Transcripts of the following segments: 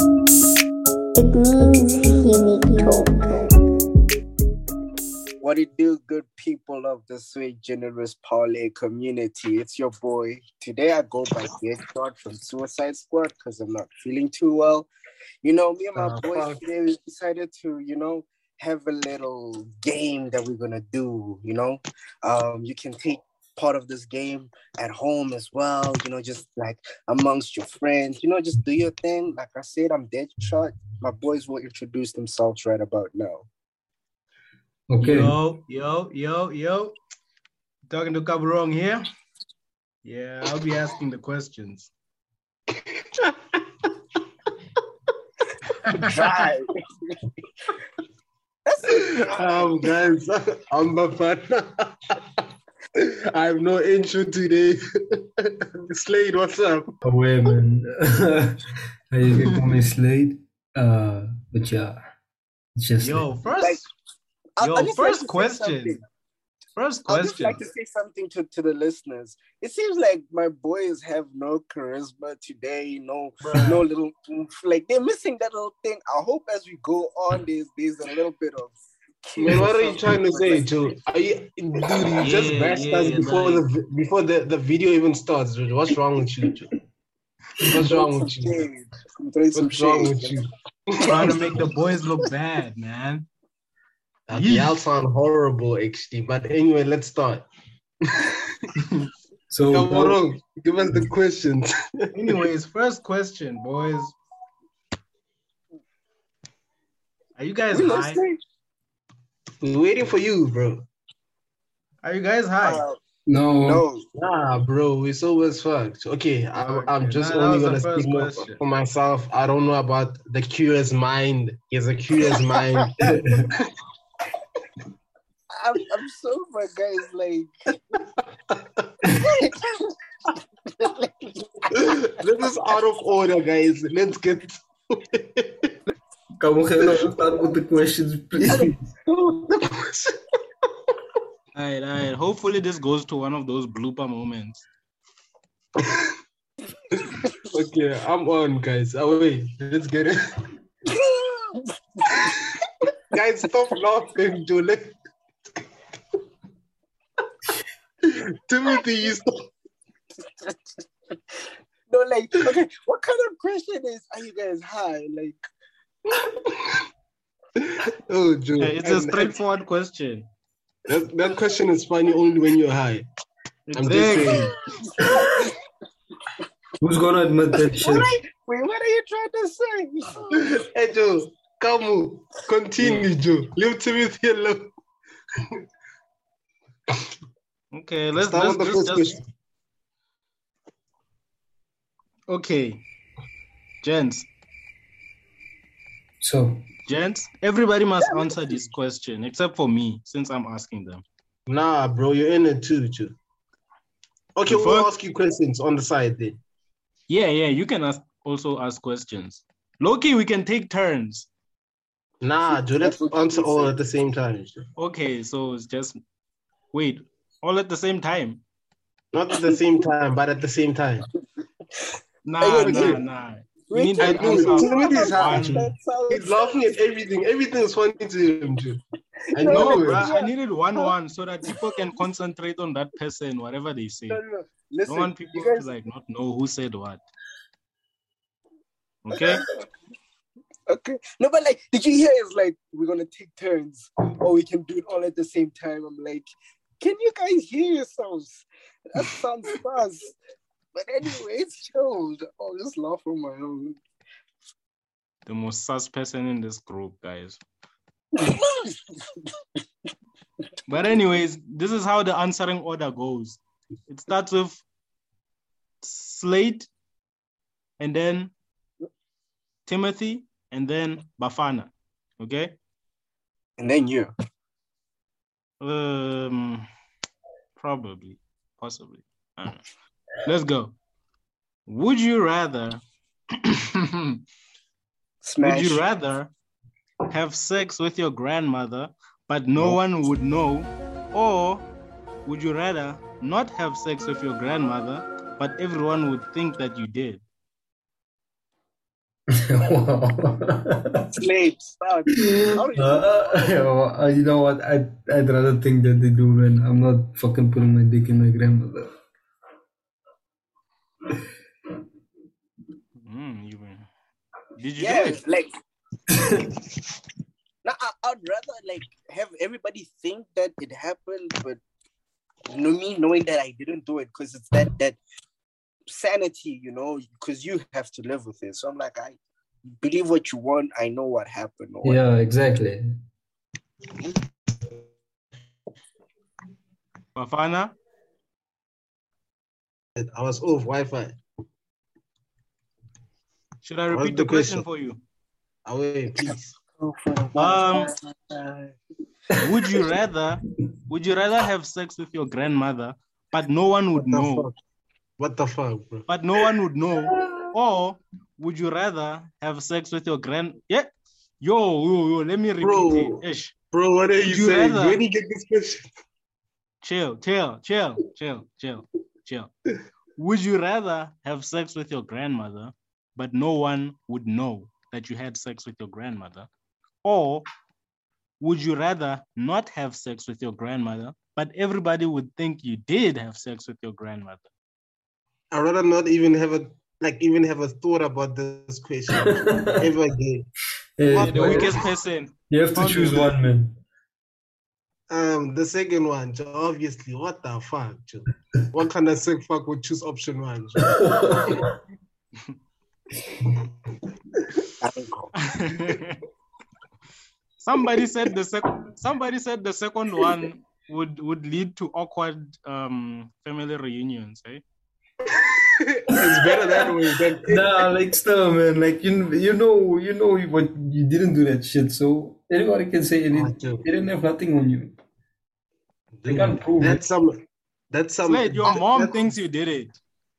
It means unique talk. What it do, good people of the sweet, generous parlay community? It's your boy. Today I go by Death Squad from Suicide Squad because I'm not feeling too well. You know, me and my Oh, boys fuck. today we decided to, you know, have a little game that we're gonna do. You know, um, you can take part of this game at home as well. You know, just like amongst your friends. You know, just do your thing. Like I said, I'm Dead Shot. My boys will introduce themselves right about now. Okay. Yo, yo, yo, yo. Talking to Cabrón here. Yeah, I'll be asking the questions. Try. Um, guys, I'm Bafana. I have no intro today. Slade, what's up? away, man. I just get on my slate. Uh, but yeah, it's just Yo, Like, first, I'd- yo, I'd just like first to say question. something. First I'd just question. like to say something to, to the listeners. It seems like my boys have no charisma today, no no little oomph. Like they're missing that little thing. I hope as we go on, there's there's a little bit of. Man, what are you trying to say, Joe? Are you, dude, you just Yeah, bashed yeah, us before like- the before the, the video even starts. dude. What's wrong with you, Joe? What's wrong with you? I'm throwing some What's wrong shade. with you? Trying to make the boys look bad, man. Like, Y'all sound horrible, actually. But anyway, let's start. so uh, Come on, give us the questions. Anyways, first question, boys. Are you guys We high? listening? We're waiting for you, bro. Are you guys high? Uh, no, no, Nah, bro, we're so as fuck. Okay, I'm, I'm Okay, just that- that only was the gonna first speak more question. for myself. I don't know about the curious mind. He's a curious mind. I'm I'm sober, guys. Like this is out of order, guys. Let's get. come on, hello, start with the questions, please. All right, all right. Hopefully, this goes to one of those blooper moments. okay, I'm on, guys. Oh, wait, let's get it. guys, stop laughing, Julie. Timothy, you stop. no, like okay. What kind of question is are you guys high? Like Oh, Joe. Yeah, it's a And- straightforward question. That, that question is funny only when you're high. I'm just Exactly. saying. Who's gonna admit that shit? wait, what are you trying to Uh, say? Hey, Joe, come on. Continue, Joe. Leave Timothy alone. Okay, let's, Start let's with the just, first just question. okay, gents, So, gents. Everybody must answer this question except for me, since I'm asking them. Nah, bro, you're in it too, Joe. Okay, The we'll fuck? ask you questions on the side then. Yeah, yeah. You can ask also ask questions. Loki, we can take turns. Nah, Joe, let's That's what answer you all said. at the same time, Joe. Okay, so it's just wait, all at the same time. Not at the same time, but at the same time. Nah, Hey, nah, Loki. nah. We need can to do answer some Timothy's other high. questions, so He's laughing at everything. Everything is funny to him, Joe. I No, know bro. it. Bruh, I needed one one so that people can concentrate on that person, whatever they say. No, I no, no. don't Listen, want you people guys, to like not know who said what. Okay. okay. No, but like, did you hear? It's like we're gonna take turns, or we can do it all at the same time. I'm like, can you guys hear yourselves? That sounds fast. But anyway, it's chilled. I'll just laugh on my own. the most sus person in this group, guys. But anyways, this is how the answering order goes. It starts with Slate, and then Timothy, and then Bafana. Okay. and then you. Um, probably, possibly. I don't know. Let's go. Would you rather? Smash. Would you rather have sex with your grandmother but no one would know, or would you rather not have sex with your grandmother but everyone would think that you did. wow. Slaves. Fuck. How do you- Uh, you know what? I I'd rather think that they do when I'm not fucking putting my dick in my grandmother. Mm, you were- Did you do yeah, it? like. no, I, I'd rather like have everybody think that it happened, but know me knowing that I didn't do it because it's that that sanity, you know, because you have to live with it. So I'm like, I believe what you want. I know what happened. Or what. Yeah, exactly. Bafana? I was off Wi-Fi. Should I What's repeat the the question question? for you? Away, please. Um, would you rather would you rather have sex with your grandmother but no one would What the know fuck? What the fuck, bro? but no one would know or would you rather have sex with your grand yeah yo yo, yo let me repeat Bro. it Ish. Bro, what are you you saying? rather- Where do you get this question? chill chill chill chill chill chill would you rather have sex with your grandmother but no one would know that you had sex with your grandmother or would you rather not have sex with your grandmother but everybody would think you did have sex with your grandmother I'd rather not even have a like even have a thought about this question ever again. Yeah, the weakest person. you have to choose one, man. Um, the second one, Joe, obviously. What the fuck, Joe? What kind of sick fuck would choose option one? Joe? somebody said the second. Somebody said the second one would would lead to awkward um family reunions. Eh? it's better that way. Than nah, like still, man. Like you, you know, you know what you didn't do that shit. So anybody can say it. Ah, They Joe, didn't have nothing on you. They can't prove it. That's some. That's some. Slade, your mom that's- thinks you did it.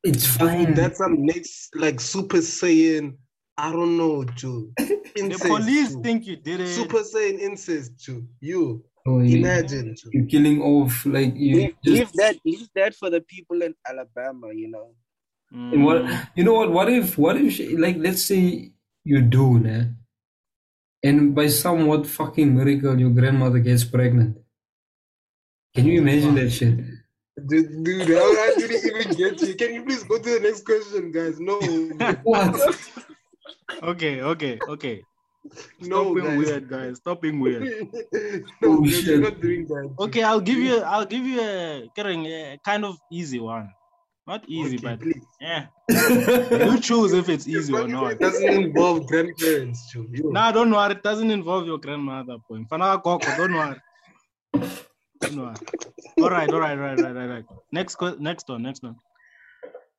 It's fine. That's some next like super saiyan. I don't know, Joe. The Incest, police eh? Joe. think you did it. super saiyan incest, Joe. You Oh, Mm. you, imagine, Joe. you're killing off like you. leave, Just, leave that leave that for the people in Alabama, you know. Mm. and what you know what? What if? What if? She, like, let's say you do, nah, and by somewhat fucking miracle, your grandmother gets pregnant. Can you imagine that shit? Dude, dude, how I didn't even get you. Can you please go to the next question, guys? No, What? Okay, okay, okay. no, Stop being guys. weird, guys. Stop being weird. no, Oh, guys, shit. we're not doing that. Joe. Okay, I'll give you. I'll give you a, Kereng, a kind of easy one. Not easy, Okay, but please. yeah. You choose if it's easy or not. It doesn't involve grandparents, Joe. You. Nah, don't worry. It doesn't involve your grandmother. Point. Fana Koko, don't worry. Don't worry. All right, all right, all right, all right, all right. Next, que- next one, next one.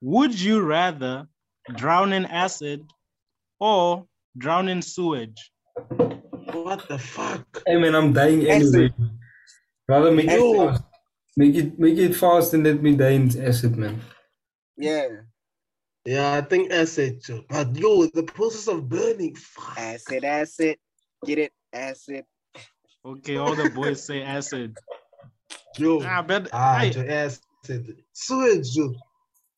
Would you rather drown in acid or drown in sewage? What the fuck? Hey man, I'm dying anyway. Rather make it Acid. fast. Make it make it fast and let me die in acid, man. Yeah, Yeah, I think acid, Joe. But yo, the process of burning, fuck. acid, acid, get it, acid. Okay, all the boys say acid. Yo. Ah, but Ah, I, Joe, acid. Sewage, Joe.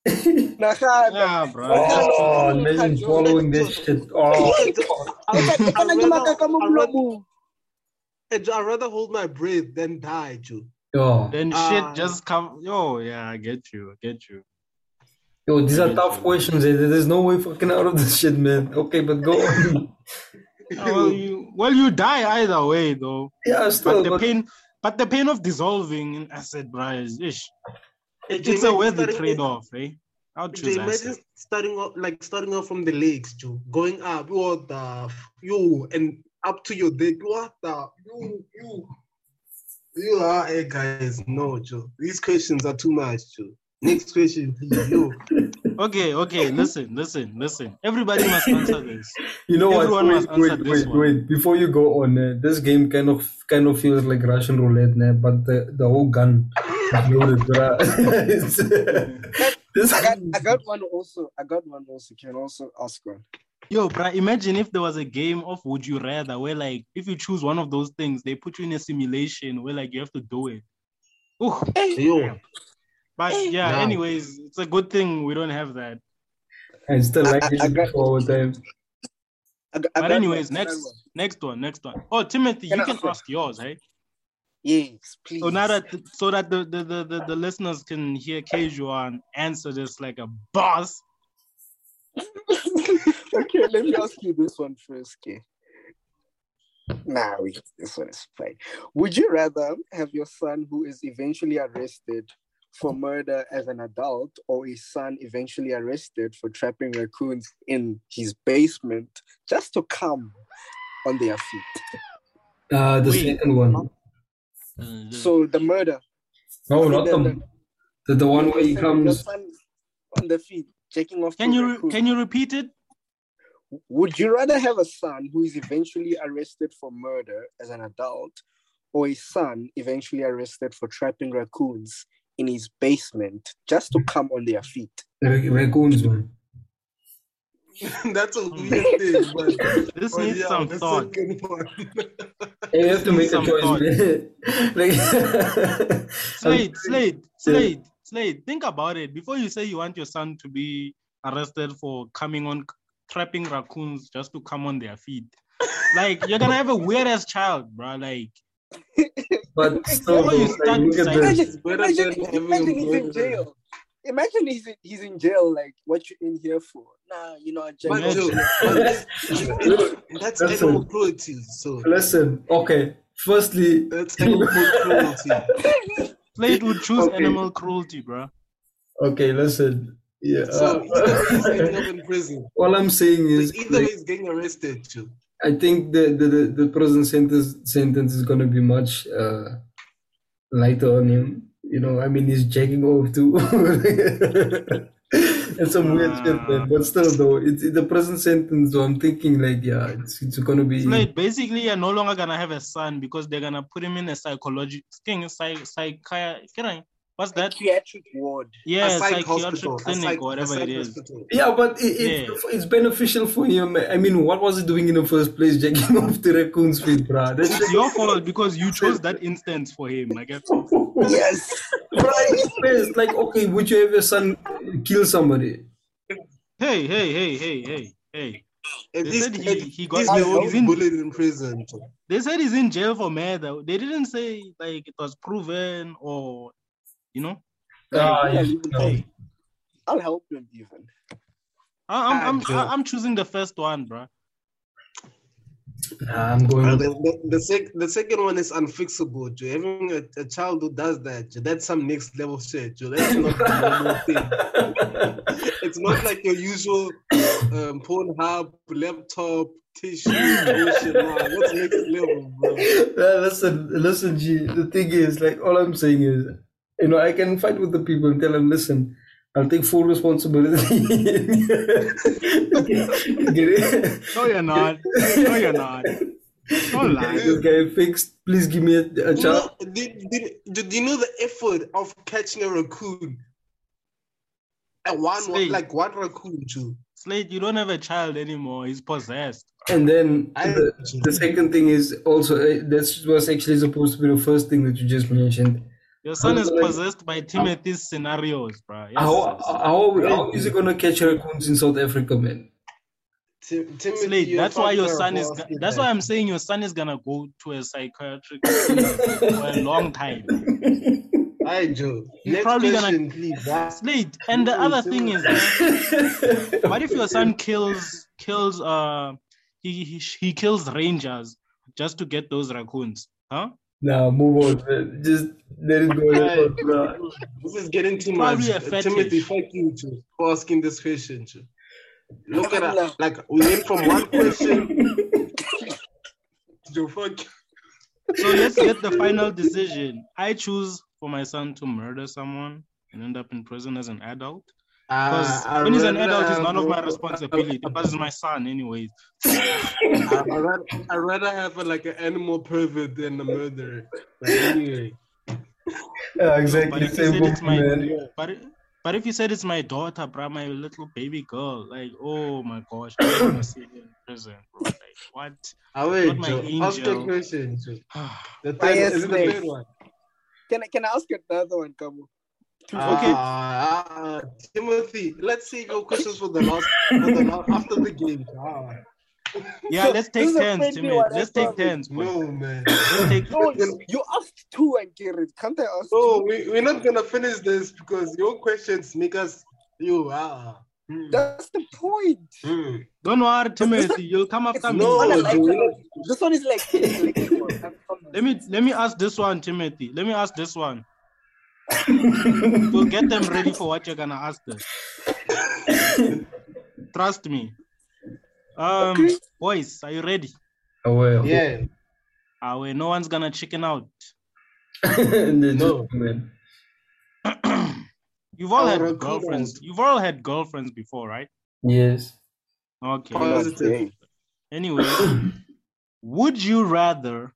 yeah, bro. Oh, imagine following this shit. Oh, I'd rather- I'd rather hold my breath than die, Joe. yo, Then Ah. shit just come. Yo, yeah, I get you, I get you. yo, these are tough questions. eh? There's no way fucking out of this shit, man. Okay, but go. on. Ah, well, you well, you die either way, though. yeah, But still. the But pain, but the pain of dissolving in acid, bro, is ish. It- It's a imagine worthy starting- trade-off, eh? I'll Joe, choose imagine acid. starting off like starting off from the legs, Joe, going up, what the f- yo, and up to your dick, what the you you you are hey guys, no, Joe. These questions are too much, Joe. Next question, please. Yo, Okay, okay. Listen, listen, listen. Everybody must answer this. you know what? everyone Wait, must wait, answer this wait, one. wait. Before you go on, eh, this game kind of kind of feels like Russian roulette, man. But the the whole gun is loaded, bruh. It's- this I got, I got one also. I got one also. Can also ask one. Yo, bro, imagine if there was a game of Would You Rather where, like, if you choose one of those things, they put you in a simulation where, like, you have to do it. Ooh, yo, But yeah, Yeah. anyways, it's a good thing we don't have that. I still like I- I it got- before time. I got- I But got anyways, one, I got next one. next one, next one. Oh, Timothy, Can you I- can ask yours, hey? Yes, please. So now that so that the the, the, the, the listeners can hear Kejuan answer this like a boss. okay, let me ask you this one first, okay? Nah, we, this one is fine. Would you rather have your son who is eventually arrested for murder as an adult or a son eventually arrested for trapping raccoons in his basement just to come on their feet? Uh, the Wait. second one. Mm-hmm. So the murder. No, Oh, not the, the the one where he your son- your comes. son on the feet, checking off. can to you raccoon. re- can you repeat it? Would you rather have a son who is eventually arrested for murder as an adult, or a son eventually arrested for trapping raccoons in his basement just to come on their feet? Ra- Raccoons one. That's a weird thing, but This but needs Oh, yeah, Hmm. some the thought. second one. Hey, you have to make a Some choice, thought. man. like, Slade, Slade, Slade, Slade. Think about it before you say you want your son to be arrested for coming on trapping raccoons just to come on their feet. Like you're gonna have a weird ass child, bro. Like but still, Before you like, start look at deciding- this. Imagine, Better imagine, than having imagine he's in murder. jail. Imagine he's in, he's in jail. Like, what you in here for? Nah, you know, I just But Imagine. yo, but that's, that's Listen. animal cruelty. So Listen, okay. Firstly, that's animal cruelty. Slade would choose Okay. animal cruelty, bro. okay, listen. Yeah. uh, Uh, So either he's ending up in prison. all I'm saying is, Either like, he's getting arrested too. I think the, the, the, the prison sentence sentence is gonna be much uh, lighter on him. You know, I mean, he's jacking off too. It's some weird shit, man. But still, though, it's the prison sentence. So I'm thinking, like, yeah, it's, it's gonna be. Slade, basically, you're no longer gonna have a son because they're gonna put him in a psychological thing, psych, psychiatry. What's that? psychiatric ward. Yeah, a psych psychiatric hospital. A clinic psych, or whatever a it psych is. Hospital. Yeah, but it, it, Yeah. it's beneficial for him. I mean, what was he doing in the first place, jacking off the raccoon's feet, bruh? That's It's your fault because you chose that instance for him. Like, if- Yes, Bruh, it's like, okay, would you have your son kill somebody? hey, hey, hey, hey, hey, hey. At They least said he- at he got- least he they won't was in- bullied in prison. too. They said he's in jail for murder. They didn't say like it was proven or, you know. Ah, yeah, yeah, you can no. help. I'll help him even. I, I'm, I'm, Ah, I- I'm choosing the first one, bro. Nah, I'm going Mm. Uh, with The, the, the, sec, the second one is unfixable. Joe. Having a, a child who does that, Joe, that's some next level shit. Joe. That's not a normal thing. It's not like your usual um, porn hub, laptop, tissue, Mm. ocean. What's next level, bro? Nah, listen, listen, G. The thing is, like, all I'm saying is, you know, I can fight with the people and tell them, listen, I'll take full responsibility. Get it? No, you're not. No, you're not. Don't Get lie. this guy fixed. Please give me a, a You know, chance. did, did, did you know the effort of catching a raccoon? And one, Slay. like one raccoon, Joe. Slade, you don't have a child anymore. He's possessed. And then I- the, the second thing is also uh, that was actually supposed to be the first thing that you just mentioned. Your son is Like- possessed by Timothy's scenarios, bro. Yes, Oh, How, yes. how, how is he gonna catch raccoons in South Africa, man? Tim, It's Timothy, late. you're That's why your fucking son is. boss, go- That's why I'm saying your son is gonna go to a psychiatric clinic for a long time. Hi, Joe. He's Next probably gonna- question, please. Ah, Slade. And the other thing is, what if your son kills kills uh he he, he kills rangers just to get those raccoons? Huh? Nah, move on. Man. Just let it go. Let it go bruh. This is getting too much. Uh, Probably a fetish. Timothy, fuck you, Joe, for asking this question, Joe. Look at Allah. that. Like, we went from one question. Joe, fuck you. So let's get the final decision. I choose for my son to murder someone and end up in prison as an adult. Because Ah, when he's an I'd adult, it's rather none of have my a- responsibility. Because it's my son, anyways. I'd rather, I'd rather have a, like an animal pervert than a murderer. But anyway, Yeah, But exactly. if you Same said it's book, my man. but but if you said it's my daughter, bruh, my little baby girl, like oh my gosh, I'm gonna see her in prison, bro. Like what? ah, wait, Not my Joe. Ask your angel. question, Joe. The Ah, third, yes, is it the please. third one? Can I can I ask another one, Kamu? Ah, ah, Timothy, let's save your questions for the last, for the last after the game. Ah, Yeah, let's This take is a turns, friendly Timmy. one, I Let's take promise. turns. boy. no, man. Let's take No, you, you asked two and Jared. Can't I ask? No, we, we're not gonna finish this because your questions make us you ah. two? hmm, That's the point. Mm. hmm. Don't worry, Timothy. You'll come It's after me. No, not a dude, lecture. we're not- This one is like. Let Let me let me ask this one, Timothy. Let me ask this one. we'll get them ready for what you're gonna ask them. Trust me. Um, Okay. boys, are you ready? Oh, well. Yeah, Ah, well, no one's gonna chicken out. no. No. Man. You've all Our had recruitment. girlfriends. You've all had girlfriends before, right? Yes. Okay. Oh. Positive. Anyway, would you rather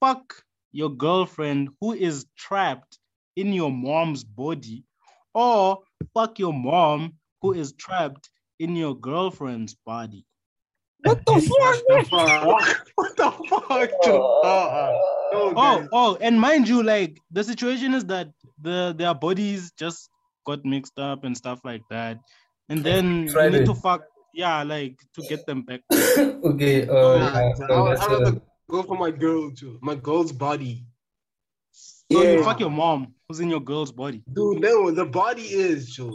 fuck your girlfriend who is trapped in your mom's body or fuck your mom who is trapped in your girlfriend's body? What the what fuck? the fuck? What the fuck, dude? Ah, ah. No, Oh, guys. oh, and mind you, like the situation is that the their bodies just got mixed up and stuff like that. And then you Tried need it. to fuck, yeah, like to get them back. okay. Uh, Nah, yeah, dude, so I- that's, I'd uh, rather go for my girl too. My girl's body. So Yeah. you fuck your mom who's in your girl's body. Dude, no, the body is dude.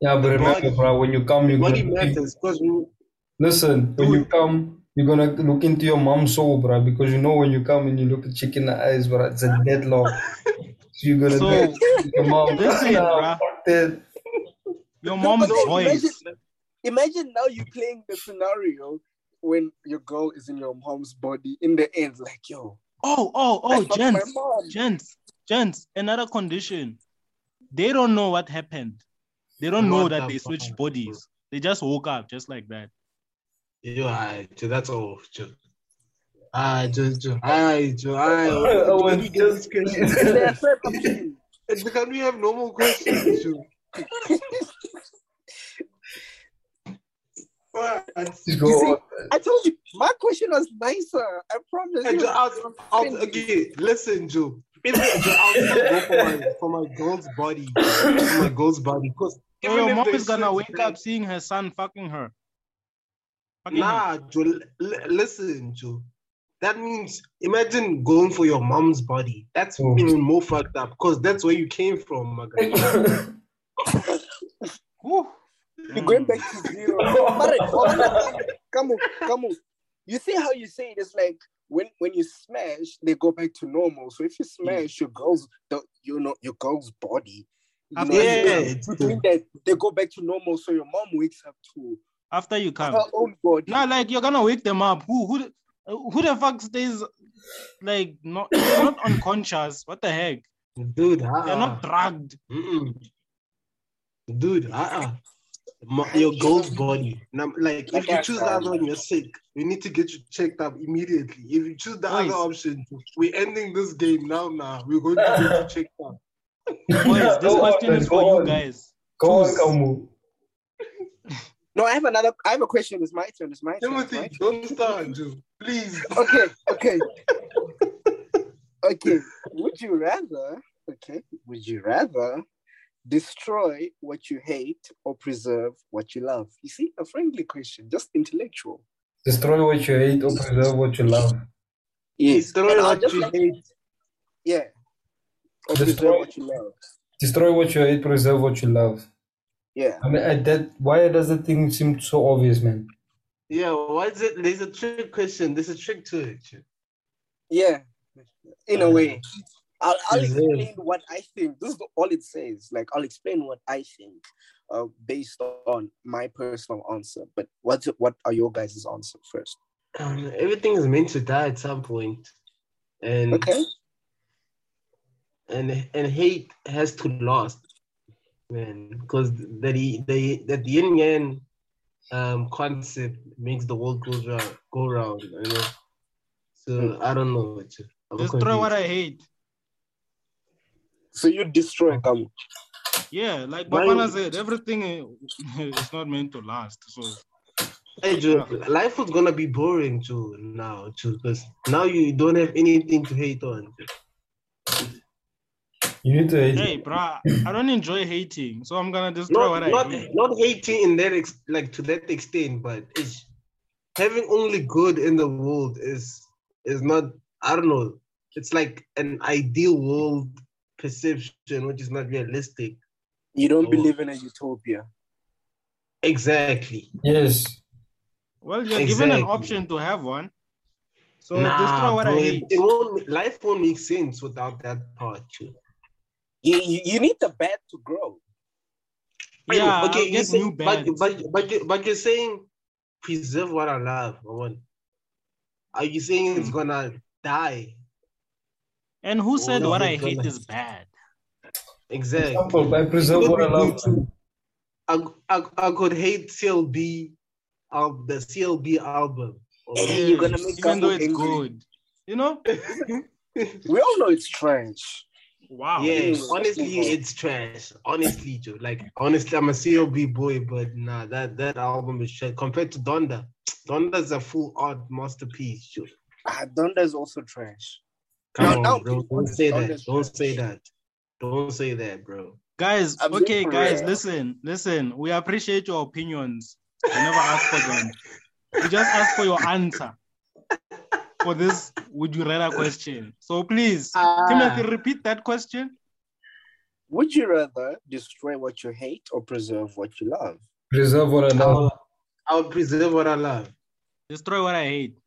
yeah, but remember, body- bro, when you come, you're Body gonna matters because we listen. When you come, you're gonna look into your mom's soul, bro, because you know when you come and you look at chick in the eyes, bro, it's a deadlock. so you're gonna So- look at your mom. Listen, "Nah, bruh. fuck that." Your mom's No, voice. imagine- Imagine now you playing the scenario when your girl is in your mom's body. In the end, like yo, Oh, oh, oh, fuck gents, my mom. gents, gents, another condition. They don't know what happened. They don't know What that the they switched fuck? bodies. They just woke up just like that. you I dude, that's all dude. Ah, dude, dude. Aye, dude. Aye. I Can was we get just these questions? And they are trapped up in. Can we have normal questions, dude? What? go You see, on. I told you my question was nicer. I promise. And you. Joe, I'll, I'll, okay, listen, Joe. Even if Joe, I'll still go for my, for my girl's body. For my girl's body. Because So Oh, your mom is gonna wake up seeing her son fucking her. Fucking her. Nah, Joe, l- l- listen, Joe. That means imagine going for your mom's body. That's Hmm. Oh. even more fucked up because that's where you came from, my guy. Whew. You're going Mm. back to zero. But hold on, hold on. come on, come on. You see how you say it? It's like when when you smash, they go back to normal. So if you smash your girl's, the, you know, your girl's body, you know, Yeah, between that they go back to normal. So your mom wakes up to Mm. After you come. her own body. Nah, like you're gonna wake them up. Who who the- uh, who the fuck stays like not they're not unconscious? What the heck? dude. They're Uh-uh. not drugged. Mm-mm. Dude, uh-uh. Ma- your girl's body. Now, like, if you choose the other one, you're sick. You need to get you checked up immediately. If you choose the Boys. other option, we're ending this game now. Now we're going to get you checked up. Boys, this Go question on, is Oh, go for you on. guys. Go on, Choose. Kamu. No, I have another. I have a question. It's my turn. It's my turn. it's my Timothy, don't start, Joe. Please. turn. Okay, okay, okay. Would you rather? Okay, would you rather? Destroy what you hate or preserve what you love. You see, a friendly question, just intellectual. Destroy what you hate or preserve what you love. Yes. Destroy And I'll what just you like- hate. Yeah. Or Destroy- preserve what you love. Destroy what you hate, preserve what you love. Yeah. I mean, I, that why does the thing seem so obvious, man? Yeah, why is it? There's a trick question. There's a trick to it. Joe. Yeah. In a way. I'll, I'll Is it- explain what I think. This is all it says. Like, I'll explain what I think uh, based on my personal answer. But what's, what are your guys' answer first? Um, everything is meant to die at some point, and Okay. and and hate has to last, man, because that the the that yin yang um concept makes the world go round go round, you know. So I don't know what to I'm Destroy what confused. I hate. So you destroy Kamu. Yeah, like Why- Bapana said, everything eh, is not meant to last. So Hey, Joe, life is gonna be boring too now, too, because now you don't have anything to hate on. You need to hate. Hey, bruh, I don't enjoy hating, so I'm gonna just throw what Not I not, hate. not hating in that ex- like to that extent, but it's having only good in the world is is not. I don't know. It's like an ideal world perception, which is not realistic. You don't Oh. believe in a utopia. Exactly. Yes. Well, you're given an Exactly. option to have one, so just throw nah, what bro, I it, hate. it won't. Life won't make sense without that part. Too. You, you, you need the bad to grow. Yeah, okay. okay, You get say, new but, bags. but but you but you're saying preserve what I love. I want. Are you saying it's Mm. gonna die? and who said Oh, no, what we're I hate gonna- is bad? Exactly. Example, I preserve what I love. I, I, I could hate CLB, um, the CLB album. And you're gonna Yes, make even though Kamu it's angry. good, you know? We all know it's trash. Wow. yeah, yes. honestly, it's trash. Honestly, Joe. Like, honestly, I'm a CLB boy, but nah, that, that album is trash compared to Donda. Donda's a full art masterpiece, Joe. Ah, Donda is also trash. Come No, on, no, bro. dude, Don't say Donda's that. Don't trash. say that. Don't say that, bro. Guys, I'm being okay, for guys, real. listen, listen. We appreciate your opinions. We never ask for them. We just ask for your answer for this would you rather question. So please, Ah. Timothy, repeat that question. Would you rather destroy what you hate or preserve what you love? Preserve what I love. I'll, I'll preserve what I love. Destroy what I hate.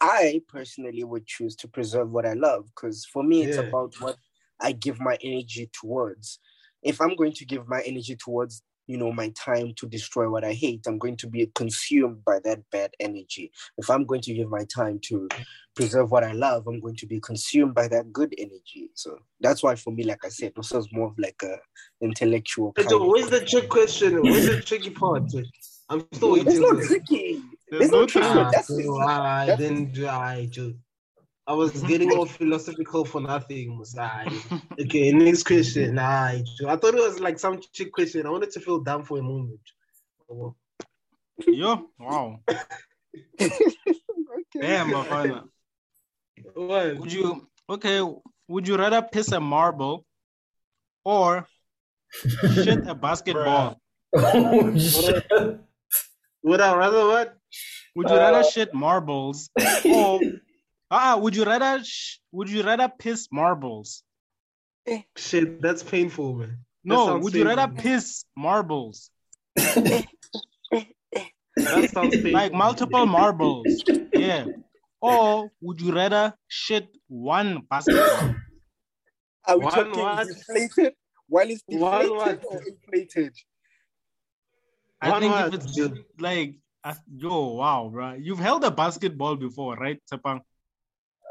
I personally would choose to preserve what I love because for me, it's Yeah. about what I give my energy towards. If I'm going to give my energy towards, you know, my time to destroy what I hate, I'm going to be consumed by that bad energy. If I'm going to give my time to preserve what I love, I'm going to be consumed by that good energy. So that's why, for me, like I said, this is more of like a intellectual. Hey, Kind Joe, where's of- the trick question? Where's the tricky part? I'm still waiting. It's for not it. tricky. There's It's no not tricky. trick. Ah, That's so easy. I That's- didn't do- I just I was getting all philosophical for nothing. was I? Okay, next question. I, I thought it was like some chick question. I wanted to feel down for a moment. Yo, wow. Damn, my father. What? Would you okay? Would you rather piss a marble or shit a basketball? Oh, shit. Would I rather what? Would you Uh, rather shit marbles or ah? Would you rather sh- would you rather piss marbles? Shit, that's painful, man. That No, sounds would you rather painful. piss marbles That sounds painful. like multiple marbles? Yeah. Or would you rather shit one basketball? Are we One talking what? deflated? One is One deflated what? or inflated? I One think word, if it's dude. like uh, yo, wow, bro, you've held a basketball before, right, Tapang?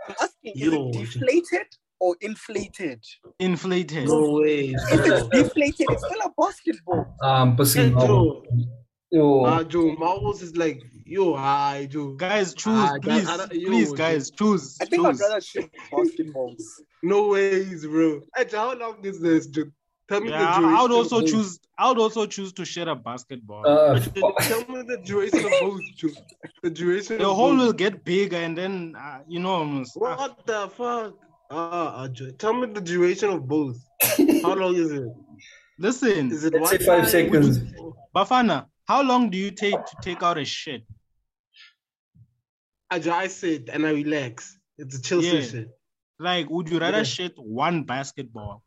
I'm asking, is Yo. it deflated or inflated? Inflated. No way. If it's Joe. deflated, it's still a basketball. I'm Hey, passing out. Joe. Ah, Joe, Marbles is like, yo, I, Joe. Guys, choose, Ah, that- please, I don't- yo, please, dude. guys, choose. I think choose. I'd rather shoot basketballs. No ways, bro. Hey, Joe, how long is this, dude? Tell me Yeah, the duration. I would also of both. choose. I would also choose to share a basketball. Uh, Tell me the duration of both, Joe. The duration. the of hole both. will get bigger, and then uh, you know, um, s- uh, What the fuck? Ah, ah, Joe. Tell me the duration of both. How long is it? listen, Is it Let's one say five time? seconds. Bafana, how long do you take to take out a shit? Ah, Joe, I sit and I relax. It's a chill Yeah. session. Like, would you rather Yeah. shit one basketball,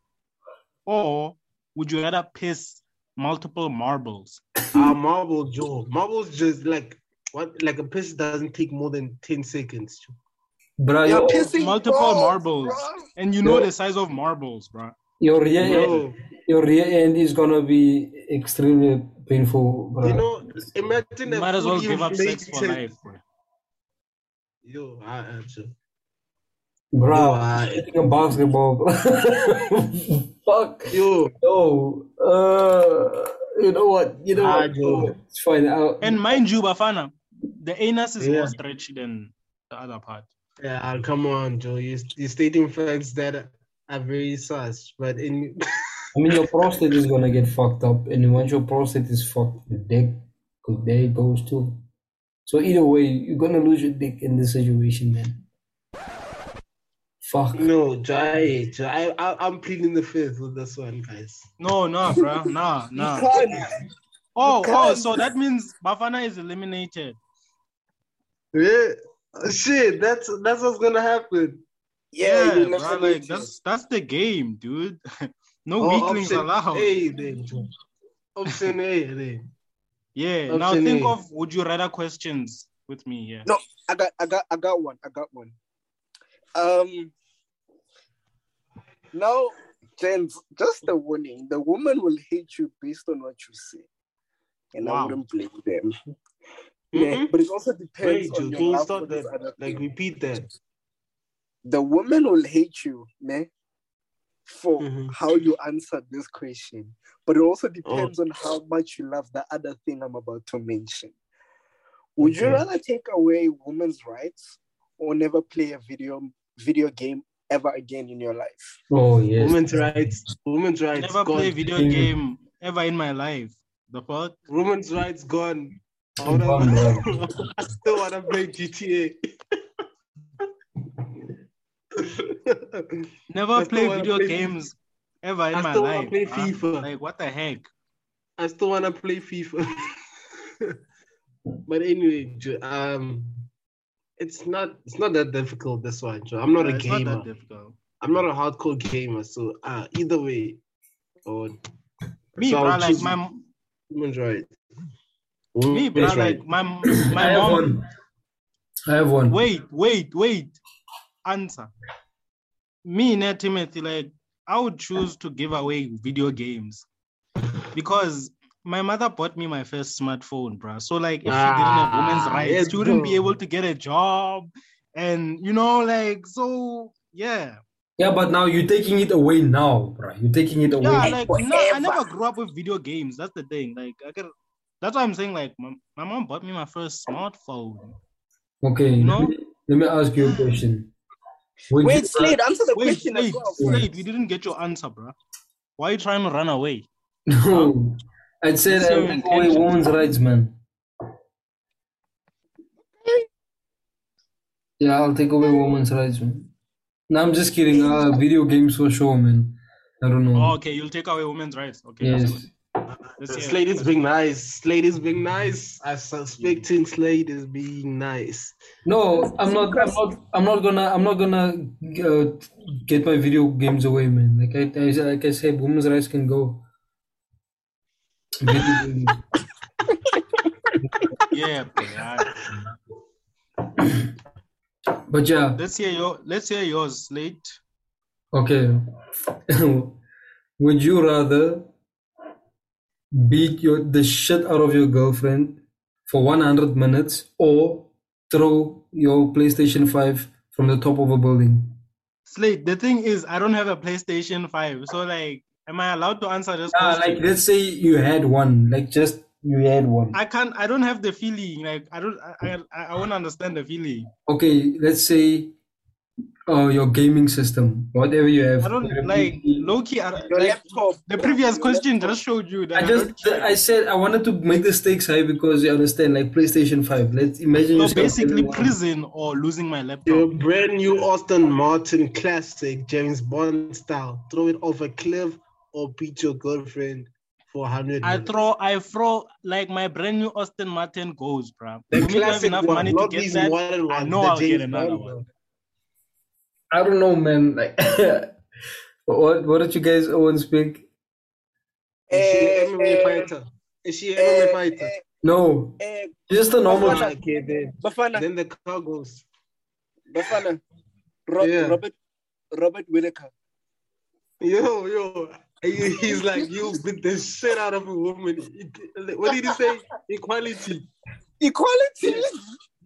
or would you rather piss multiple marbles? Ah, marble, Joe. Marble's just like what? Like a piss doesn't take more than ten seconds. Joe. bro, You're your, pissing multiple balls, marbles. bruh. And you know Yeah. the size of marbles, bro. your rear end, Bro, your rear end is gonna be extremely painful, bro. you know, imagine You a might as well fully give up sex for inflated- life, bro. Yo, I am Joe. bro, Yo, I- hitting a basketball. bro. Fuck. Yo, No. Uh, you know what? You know Ah, what? Joe. It's fine. I'll, And mind you, Bafana, the anus is Yeah. more stretchy than the other part. yeah, come on, Joe. You you stating facts that are very sus, but in I mean, your prostate is gonna get fucked up, and once your prostate is fucked, your dick, good day goes too. So either way, you're gonna lose your dick in this situation, man. Fuck. No, Jai, Jai, I, I'm pleading the fifth with this one, guys. No, nah, bruh. Nah, nah. You can't. Oh, oh, can't. so that means Bafana is eliminated. Yeah, Oh, shit, that's that's what's gonna happen. Yeah, you bruh, never like did. that's that's the game, dude. no Or weaklings Oh, option allowed. A, then Joe. Option A, then. Yeah. Now option think A. of would you rather questions with me here. No. I got I got I got one. I got one. Um now gents, just the warning. The woman will hate you based on what you say. And I Wow. wouldn't blame them. Yeah, but it also depends Wait, on your Mm-hmm. Joe, can you love for stop this that? other Like, thing. repeat that. The woman will hate you, man, for Mm-hmm. Mhm. how you answered this question. But it also Oh. depends on how much you love the other thing I'm about to mention. Would you Mm-hmm. Okay. rather take away women's rights or never play a video video game ever again in your life? Oh yes. Women's rights, women's rights, Never gone. Mm. play video Yeah. game ever in my life. The fuck? women's rights gone. I, I'm gone, wanna- I still wanna play GTA. Never I still play wanna video play games ever in I my still wanna life. play bruh. FIFA. Like what the heck? I still wanna play FIFA. but anyway, Joe, um, it's not it's not that difficult. This one, Joe. I'm not Bruh, a Uh, it's not gamer. that difficult. I'm not a hardcore gamer, so uh, either way, or Me, So I'll bruh, like choose my m- women's rights. me, Women's rights. bruh, like my I m- my have mom. one. I have one. Wait, wait, wait. Answer. Me, Ned Timothy, like I would choose to give away video games because my mother bought me my first smartphone, bruh. So like, if she didn't have women's Ah, rights, yes, she wouldn't be bro. able to get a job, and you know, like, so yeah, Yeah, but now you're taking it away now, bro. You're taking it away. yeah. And Like, no, I forever. never grew up with video games. That's the thing. Like, I get. That's why I'm saying, like, my, my mom bought me my first smartphone. okay. No. Let, me, let me ask you a question. Would Wait, you, Slade, answer the Wait, question as wait, well. wait. You didn't get your answer, bruh. Why are you trying to run away? No. I'd say What's that your I take away intention? women's rights, man. Yeah, I'll take away women's rights, man. No, I'm just kidding. Uh, video games for sure, man. I don't know. Oh, okay, you'll take away women's rights. Okay, that's Mm. yes. good. Let's hear it. Slade is being nice. Slade is being nice. I'm suspecting Slade is being nice. No, I'm not. I'm not. I'm not gonna. I'm not gonna uh, get my video games away, man. Like I, I, like I said, women's rights can go. Video games. Yeah, bro, yeah. But yeah, Let's hear your. Let's hear yours, Slate. okay. Would you rather beat your the shit out of your girlfriend for 100 minutes or throw your PlayStation 5 from the top of a building? Slate. The thing is, I don't have a PlayStation Five, so like, am I allowed to answer this Ah, question? like let's say you had one, like just you had one. I can't. I don't have the feeling. Like, I don't. I. I, I- I won't understand the feeling. Okay, let's say uh, your gaming system, whatever you have. I don't like low key. I, Your like, laptop. the previous question just showed you that. I I just don't- I said I wanted to make the stakes high because you understand, like PlayStation Five. Let's imagine so yourself basically, having one. prison or losing my Your laptop. brand new Austin Martin classic, James Bond style. Throw it off a cliff or beat your girlfriend for 100 I minutes. throw, I throw like my brand new Austin Martin goes, bruh. The For me to have classic enough one, money to not get these that, modern I ones, know the I'll get James another Bond one. I don't know, man. Like, what what did you guys all speak? Is she Eh, an MMA eh, fighter? Is she an MMA Eh, fighter? eh, No, eh, just a normal. Ah, okay, then, Bafana, then the car goes. Bafana, Rob, Yeah. Robert, Robert Whitaker. Yo, yo. And he- He's like, you beat the shit out of a woman. What did he say? Equality. Equality.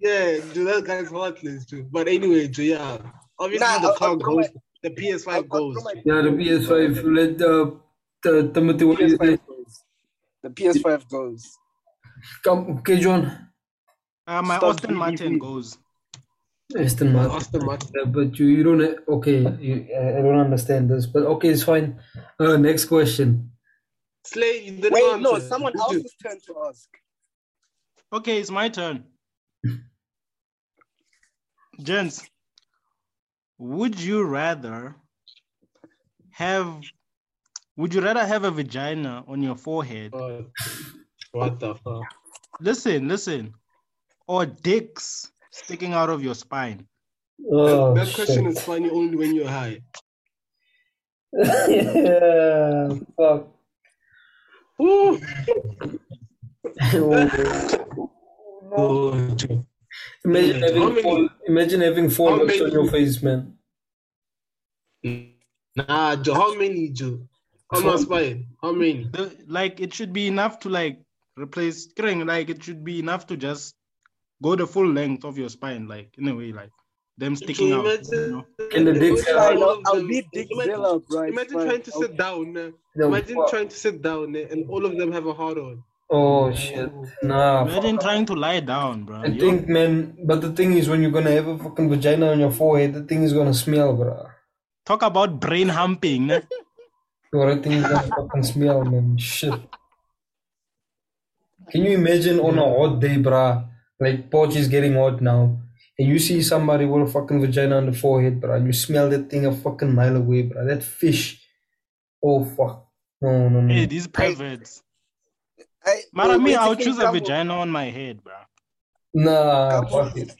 Yeah, dude, that guy's heartless, dude. But anyway, dude, yeah. Obviously, Nah, the I'll- car I'll throw goes, my- the PS5 I'll- I'll goes. throw my Yeah, the PS Five. Let uh, the Timothy. What do you PS5 think? goes. The PS5 goes. Come, okay, John. Uh, my Stop Austin Martin BBB. goes. Aston Martin. Austin Martin. Yeah, but you, you don't okay. You, I I don't understand this, but okay, it's fine. Uh, next question. Slay, you didn't Wait, no, answer. someone Did you? else's turn to ask. Okay, it's my turn. Gents, Would you rather have would you rather have a vagina on your forehead? Uh, what the fuck? Listen, listen. Or dicks sticking out of your spine? That, Oh, that question shit. is funny only when you're high. yeah, fuck. Ooh. Imagine How having many- four, imagine having four how locks on many- your face, man. Nah, Joe, how many, Joe? I'm not spying. How many? The, like it should be enough to like replace string. Like it should be enough to just go the full length of your spine, like in a way, like them Can sticking you out. you imagine? know? And the dick Imagine out. all of I'll them- be Dick imagine- Zilla, bro. It's Imagine fine. trying to Okay. sit down. eh? No, Imagine fuck. trying to sit down eh, and all of them have a hard on. Oh shit. Nah. fuck. Imagine trying to lie down, bro. I think, man, but the thing is, when you're gonna have a fucking vagina on your forehead, the thing is gonna smell, bruh. Talk about brain humping. ne? Or I think it's gonna fucking smell, man. Shit. Can you imagine on a hot day, bruh? Like, porch is getting hot now. And you see somebody with a fucking vagina on the forehead, bruh. You smell that thing a fucking mile away, bruh. That fish. Oh, fuck. No, no, no. hey, these perverts. I- Mara, me, I'll basically, choose a Camo- vagina on my head, bro. Nah, Come on. fuck it.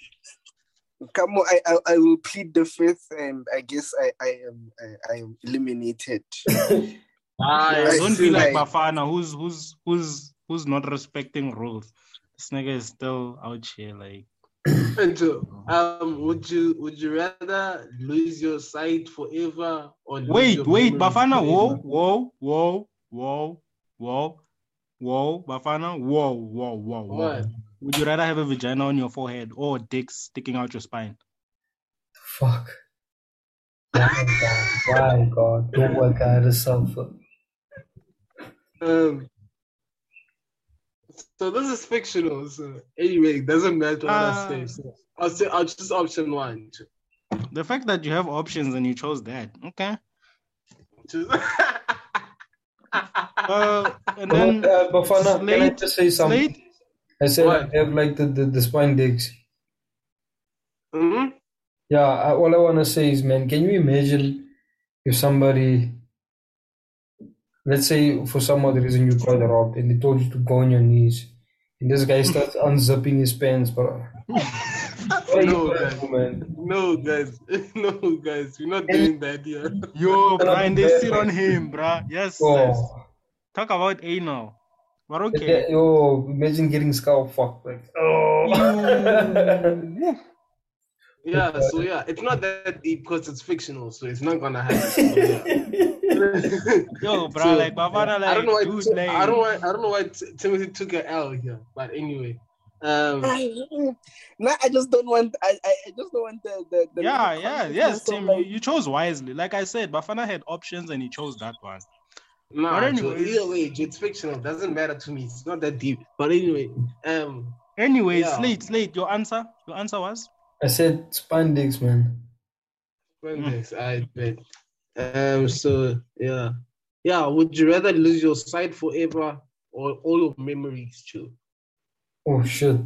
Camo, I, I, I will plead the fifth, and I guess I, I am I, I am eliminated. Yeah, I don't see, be like like- Bafana, who's who's who's who's not respecting rules. This nigga is still out here, like And Joe, Uh-huh. um, would you would you rather lose your sight forever or lose wait, your wait, memory Bafana, whoa, forever? whoa, whoa, whoa, whoa, whoa, Bafana, whoa, whoa, whoa, whoa. What? Would you rather have a vagina on your forehead or dicks sticking out your spine? Fuck. Why, God? Why, God? Don't work out yourself. Um, so this is fictional. So anyway, it doesn't matter what Ah. I say. So I'll say I'll choose option one. Joe. The fact that you have options and you chose that, okay. Choose- Uh, and But, then uh, Bafana, can I Slate- just say something? Slate, I said What? I have like the, the, the spine digs. Mhm. Yeah, I, all I want to say is, man, can you imagine if somebody, let's say for some other reason you got robbed and they told you to go on your knees, and this guy starts unzipping his pants, bro. What are you No, gonna guys. do, man? No, guys. No, guys. We're not doing that here. Yo, Cannot Brian, be they bad, sit man. on him, bruh. Yes, yes. Oh, Talk about anal. But yeah, okay. yo, imagine getting skull fucked. Like, oh. Yeah, so yeah, it's not that deep because it's fictional, so it's not gonna happen. So, yeah. Yo, bruh, So, like Bavana, like, I don't know why. dude, Ti- like, I don't why. I don't know why T- Timothy took an L here, but anyway. Um, I, nah, I just don't want. I, I, I just don't want the the. the yeah, little yeah, consciousness yes, of, Tim, you, like, you chose wisely. Like I said, Bafana had options and he chose that one. nah, But so anyways- either way, it's fictional. Doesn't matter to me. It's not that deep. But anyway, um, Anyway, Yeah. Slate, Slate, your answer, your answer was I said spine digs, man. When Hmm. next? I bet. Um. So yeah, yeah. Would you rather lose your sight forever or all your memories too? Oh shit.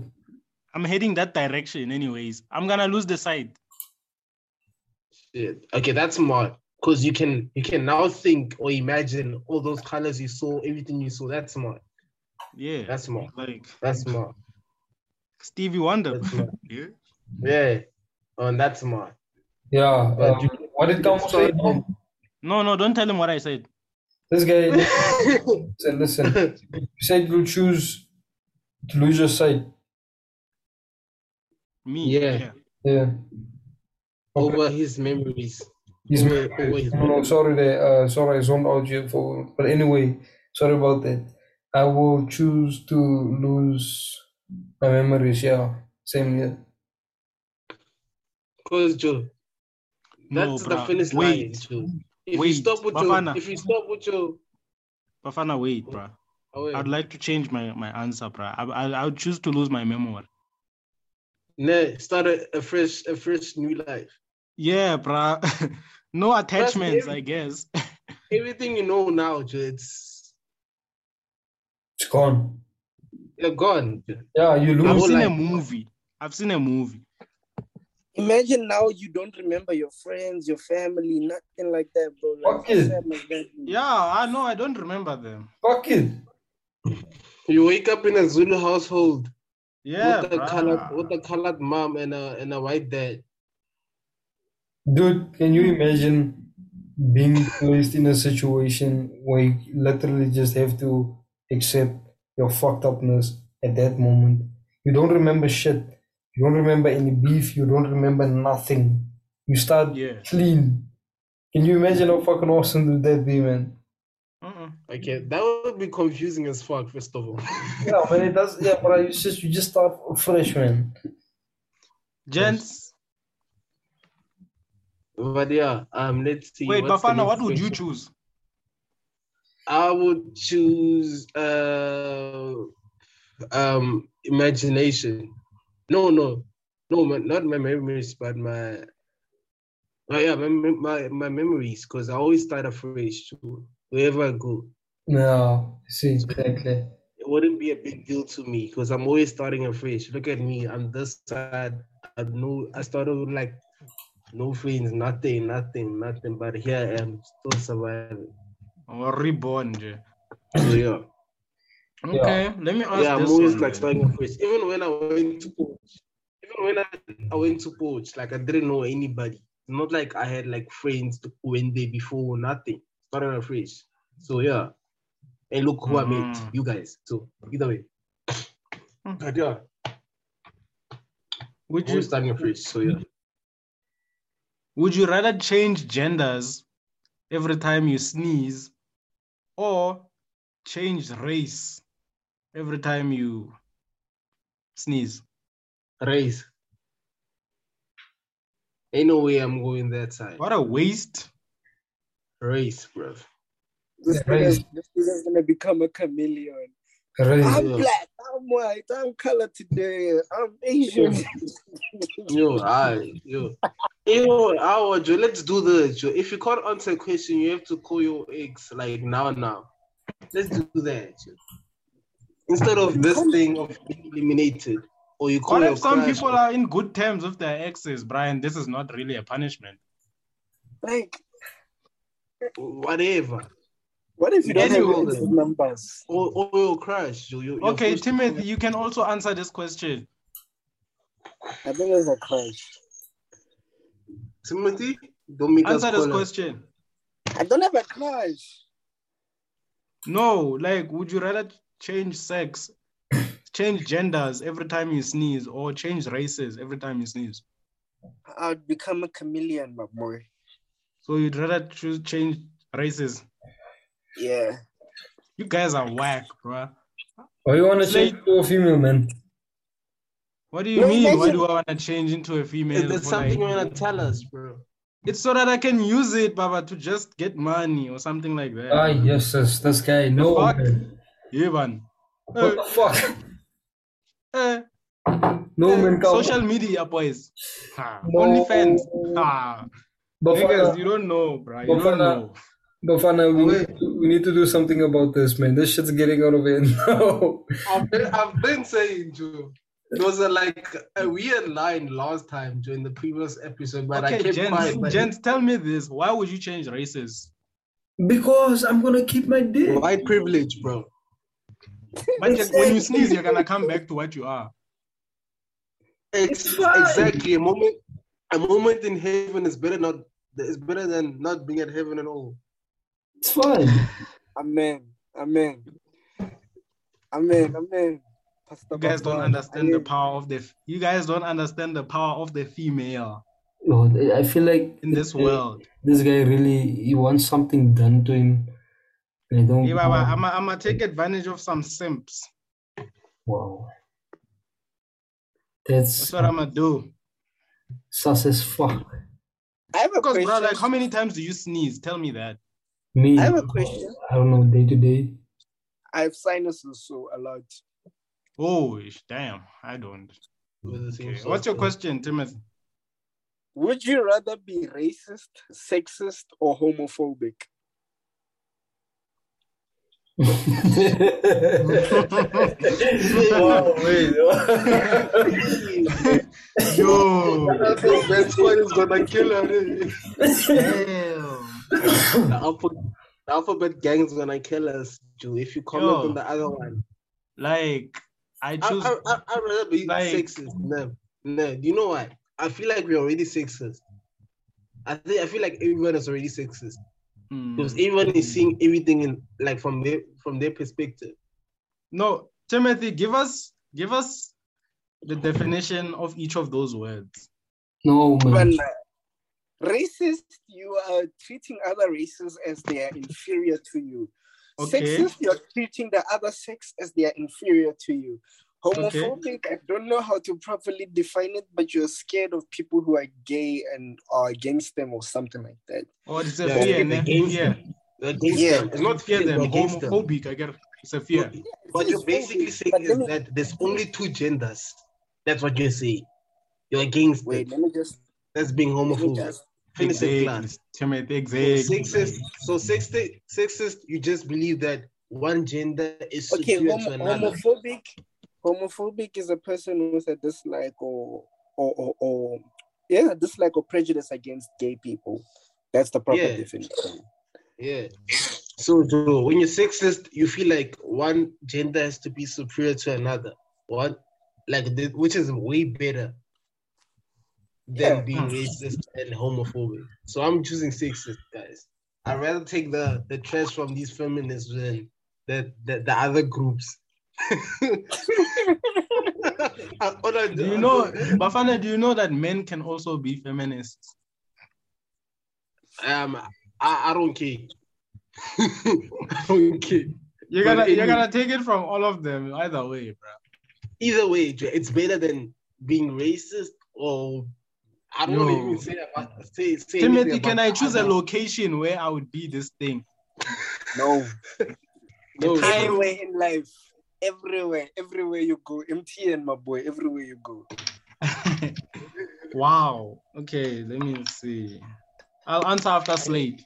I'm heading that direction. Anyways, I'm gonna lose the sight. Shit. Okay, that's smart. Cause you can you can now think or imagine all those colors you saw, everything you saw. That's smart. Yeah, That's smart. like That's smart. Stevie Wonder. That's smart. Yeah. Yeah. And that's smart. Yeah. But Um, you- what did Tom say? man? No, no, don't tell him what I said. This guy said, listen, you said you choose to lose your sight. Me. Yeah. Yeah. Okay. over his memories. He's over- over his no, no, sorry there. Uh, sorry, I zoned out you for. But anyway, sorry about that. I will choose to lose my memories. Yeah, same here. Cause Joe, No, that's the bruh. finish line, Wait, Joe. If you Wait, stop with your, Bafana. if you stop with your, Bafana, wait, bruh. oh, wait. I'd like to change my, my answer, bruh. I, I, I'll choose to lose my memory. No, start a, a fresh, a fresh new life. Yeah, bruh. no attachments, scary. I guess. Everything you know now, Joe, it's It's gone. you're gone. Joe. Yeah, you I've lose. will seen a like- movie. I've seen a movie. Imagine now you don't remember your friends, your family, nothing like that, bro. Like, Fuck it. sad like that, dude. Yeah, I know. I don't remember them. Fuck it. You wake up in a Zulu household Yeah, with a bruh. colored with a colored mom and a and a white dad. Dude, can you imagine being placed in a situation where you literally just have to accept your fucked upness at that moment? You don't remember shit. You don't remember any beef. You don't remember nothing. You start Yeah. clean. Can you imagine how fucking awesome would that be, man? Mm-mm. Okay, that would be confusing as fuck, first of all. Yeah, man, it does. Yeah, but you just you just start fresh, man. Gents, But yeah, um let's see. wait, what's the Bafana, next what would you question? choose? I would choose uh um imagination. No, no, no, my, not my memories, but my oh yeah, my mem- my, my memories, because I always start afresh to wherever I go. No, I see exactly. It wouldn't be a big deal to me because I'm always starting afresh. Look at me, I'm this side. I know I started with like no friends, nothing, nothing, nothing. But here I am still surviving. Or reborn? nje. So yeah. Okay, let me ask yeah, I'm this always one, like man. starting afresh. Even when I went to coach, even when I, I went to coach, like I didn't know anybody. Not like I had like friends to- who went there before, nothing. Starting afresh. So yeah. And look who I met, Mm. you guys. So either way. But yeah, Would Hmm. you always starting afresh. So yeah. Would you rather change genders every time you sneeze or change race every time you sneeze? Race. Ain't no way I'm going that side. What a waste. Race, bruv. This Yeah, nigga's raise- this nigga's gonna become a chameleon. Really. I'm Yeah. black, I'm white, I'm colored today, I'm Asian. Yo, I yo. Yo, our Joe, let's do this, Joe. If you can't answer a question, you have to call your ex like now now. Let's do that. Joe. Instead of this thing of being eliminated. Or you call What your if some crush- people are in good terms with their exes, Brian? This is not really a punishment. like, whatever. what if you don't have Anyway, your ex's then. numbers? Or, or your crush. Joe. Your, your Okay, first- Timothy, you can also answer this question. I think it's a crush. Timothy, don't make Answer us this call her. question. I don't have a crush. No, like, would you rather change sex, change genders every time you sneeze, or change races every time you sneeze? I'd become a chameleon, my boy. So you'd rather choose change races. Yeah. You guys are whack, bruh. Or Oh, you wanna Slay- change to a female, man? What do you No, mean? Why imagine- do I want to change into a female? If there's for, like- something you want to tell us, bro. It's so that I can use it, Baba, to just get money or something like that. Ah, yes, yes, this guy. No, fuck? man. Yeah, man. What Eh, the fuck? eh, No, eh, man, come. social media, boys. Ha. No. Only fans. Ha. Niggas, Bafana, you don't know, bruh. You don't Bafana. know. Bafana, we Wait. need, to, we need to do something about this, man. This shit's getting out of hand now. I've been, I've been saying, Joe. It was a, like a weird line last time during the previous episode, but I okay, kept gents, quiet. But gents, tell me this. Why would you change races? Because I'm gonna keep my dick. white privilege, bro. But just when you sneeze, you're gonna come back to what you are. Ex- fine. exactly. A moment, a moment in heaven is better not. It's better than not being at heaven at all. It's fine. Amen. Amen. Amen. Amen. Pastor Oh You guys don't Bafana, understand the amen. power of the. You guys don't understand the power of the female No, I feel like in this guy- world. This guy really he wants something done to him. And I don't Hey, Baba, I'm gonna take advantage of some simps. wow. That's That's what I'm gonna do. sus as fuck. I have a Because, bro, question. like, how many times do you sneeze? Tell me that. Me, I have a question. I don't know, day to day. I have sinuses so a lot. Oh, ish, damn, I don't. With the same Okay. sort What's your of- question, Timothy? Would you rather be racist, sexist, or homophobic? Oh, wow, wait. Yo, the best one is gonna kill her. eh? Damn. The alpha- the alphabet gang is gonna kill us, Jew. If you comment Yo. on the other one, Like I I, choose. I, I, I'd rather be Like- sexist. No, no. You know what? I feel like we're already sexist. I think I feel like everyone is already sexist Hmm. because everyone is seeing everything in like from their from their perspective. No, Timothy, give us give us the definition of each of those words. No, man. Even, uh, racist, you are treating other races as they are inferior to you. Okay. Sexist, you're treating the other sex as they are inferior to you. Homophobic, I don't know how to properly define it, but you're scared of people who are gay and are against them or something like that. Or it's a Yeah, fear, yeah, ne? against fear. Against Yeah. them. It's not fear them, against them. homophobic. I get it's a fear. What This you're is basically homophobic, saying but is let me- that there's only two genders. That's what you're saying. You're against Wait, it. let me just, That's being let me homophobic. just Finish the Exactly, class. Timothy, So exactly. sexist. So sexist. Sexist. You just believe that one gender is okay. superior homo- to another. homophobic, homophobic is a person with a dislike or or or, or yeah, dislike or prejudice against gay people. That's the proper Yeah. definition. Yeah. So Joe, when you're sexist, you feel like one gender has to be superior to another. One, like the- which is way better than Yeah. being racist and homophobic. So I'm choosing sexist, guys. I'd rather take the the trash from these feminists than the the, the other groups. Do you know, Bafana? Do you know that men can also be feminists? Um, I, I don't care. I don't care. You're gonna But it- you're gonna take it from all of them either way, bro. either way, Dre, it's better than being racist or I don't want to No. even say about say, say Timothy, anything can about I choose a other- location where I would be this thing? No, No, time? everywhere in life, everywhere, everywhere you go, MTN, my boy, everywhere you go. wow. Okay, let me see. I'll answer after Slade.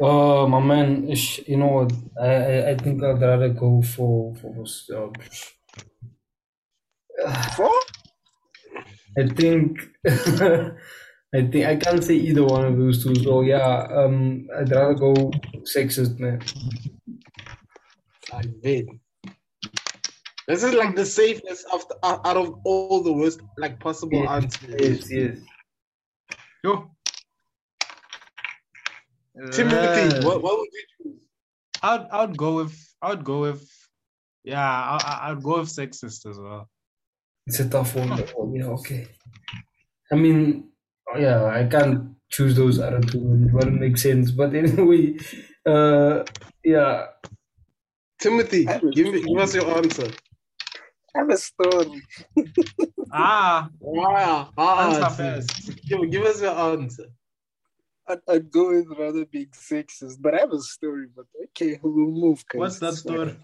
Oh, my man. ish, You know what? I, I, I think I'd rather go for for this. Uh, For I think I think I can't say either one of those two. So yeah, um, I'd rather go sexist, man. I bet. This is like the safest after out out of all the worst like possible Yeah. answers. yes. Yo. Timothy, Yeah. what, what would you choose? I'd I'd go with I'd go with yeah I, I- I'd go with sexist as well. It's a tough one. But, oh, yeah, okay. I mean, yeah, I can't choose those other two. It wouldn't make sense. But anyway, uh, yeah. Timothy, I would- give, me, give us your answer. I have a story. Ah, Wow. answer Ah, first. give, give us your answer. I'd, I'd go with rather being sexist, but I have a story. But okay, we'll move. guys. What's uh, that It's fine. story?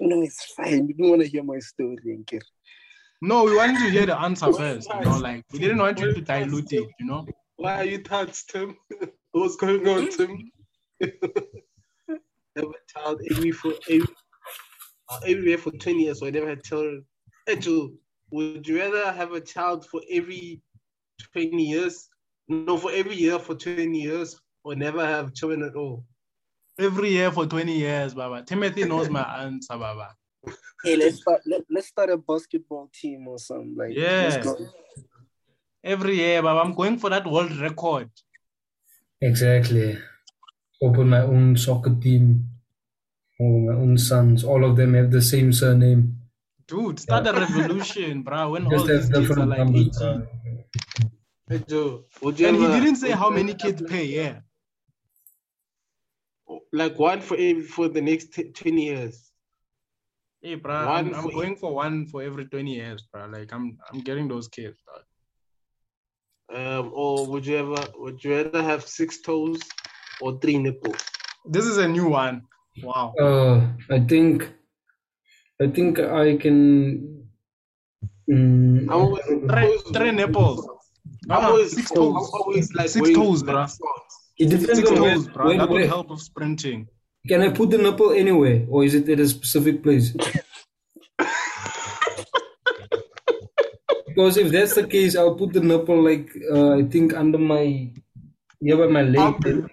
No, it's fine. You don't want to hear my story, Nkir. No, we wanted to hear the answer first. You know, like we didn't want you to dilute it. You know. Why are you touched, Tim? What's going on, Mm-hmm. Tim? never child every for every, uh, everywhere for 20 years, so I never had children. Hey, Joe, would you rather have a child for every 20 years? No, for every year for 20 years, or never have children at all? Every year for 20 years, Baba. Timothy knows my answer, Baba. Hey, let's start. Let, let's start a basketball team or something. Like, let's Yeah. go. Every year, Baba. I'm going for that world record. Exactly. Open my own soccer team. Oh, my own sons. All of them have the same surname. Dude, start a revolution, bro. When all Just these have kids are different like numbers. 18. Hey, Joe, would you And he ever- didn't say would how you many ever kids have, pay, yeah. like, Like one for every for the next t- 20 years. Hey, bro, I'm, One I'm for going for one for every 20 years, bro. Like, I'm I'm getting those kids, bro. Um, or would you ever would you rather have six toes or three nipples? This is a new one. Wow. Uh, I think, I think I can. Mm, I'm always, Three, three nipples. I'm Ah, always, six I'm toes. always like Six wearing toes, black bruh. socks. it depends Six on where- toes, bro. where- That would where- help with sprinting. Can I put the nipple anywhere, or is it at a specific place? Because if that's the case, I'll put the nipple like uh, I think under my yeah by my leg. Armpit.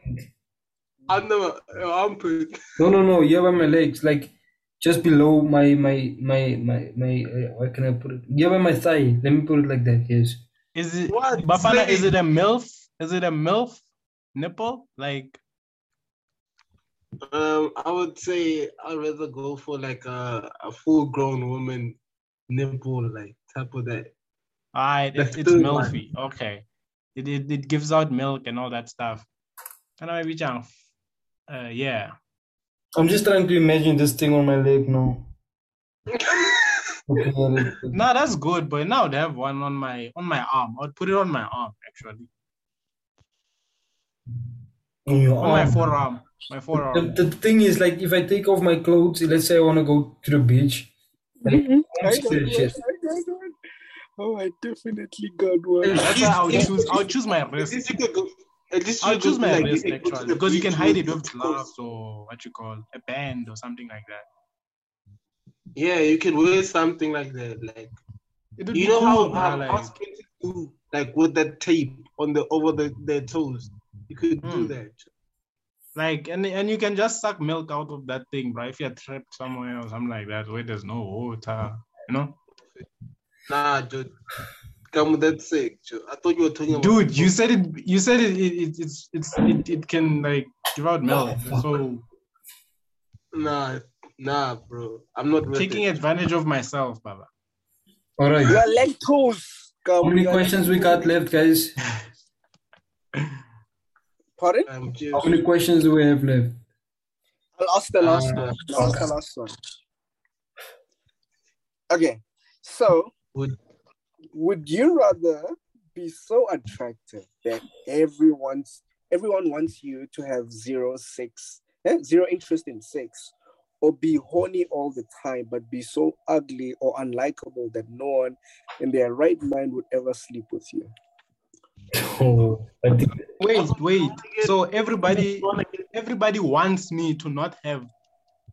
Under my uh, armpit. No, no, no. Yeah by my legs, like just below my my my my my. Uh, where can I put it? Yeah by my thigh. Let me put it like that. Yes. Is it What? Bafana? Say- Is it a milf? Is it a milf nipple? Like Um, I would say I'd rather go for like a, a full grown woman nipple, like type of that. all right, The it, it's third one. milfy. Okay, it, it it gives out milk and all that stuff. And I reach out. Uh, yeah. I'm just trying to imagine this thing on my leg now. Okay, yeah, let's put- No, that's good, but now I'd have one on my on my arm. I'd put it on my arm actually, on your on my Oh. arm. forearm, my The, forearm. the thing is, like, if I take off my clothes, let's say I want to go to the beach, I'm I got still one, shit. I got one. Oh, I definitely got one. That's why I would choose. I would choose my At wrist. least you could go. At least you I'll could choose go, my like, wrist you could go to actually the because you can beach hide it with clothes. gloves or what you call a band or something like that. Yeah, you can wear something like that. Like It would you be know cool, how bro, how, how like, sprinters do, like with that tape on the over the, their toes. You could do Hmm. that. like and and you can just suck milk out of that thing, bro. If you're trapped somewhere or something like that where there's no water, you know, Nah, dude. Come with that sick. Joe. I thought you were talking about dude. You said it. You said it. it, it it's it's it, it can like give out milk. Oh, So Nah, nah, bro. I'm not with taking it. advantage of myself, Baba. All right. Your leg toes. How many Come, questions we got left, guys? pardon? I'm How just many questions do we have left? I'll ask the last Uh, one. I'll ask the last one. Okay, so Would- would you rather be so attractive that everyone's everyone wants you to have zero sex, eh, zero interest in sex, or be horny all the time but be so ugly or unlikable that no one in their right mind would ever sleep with you? Oh, I think Wait, wait. So everybody wanna get everybody wants me to not have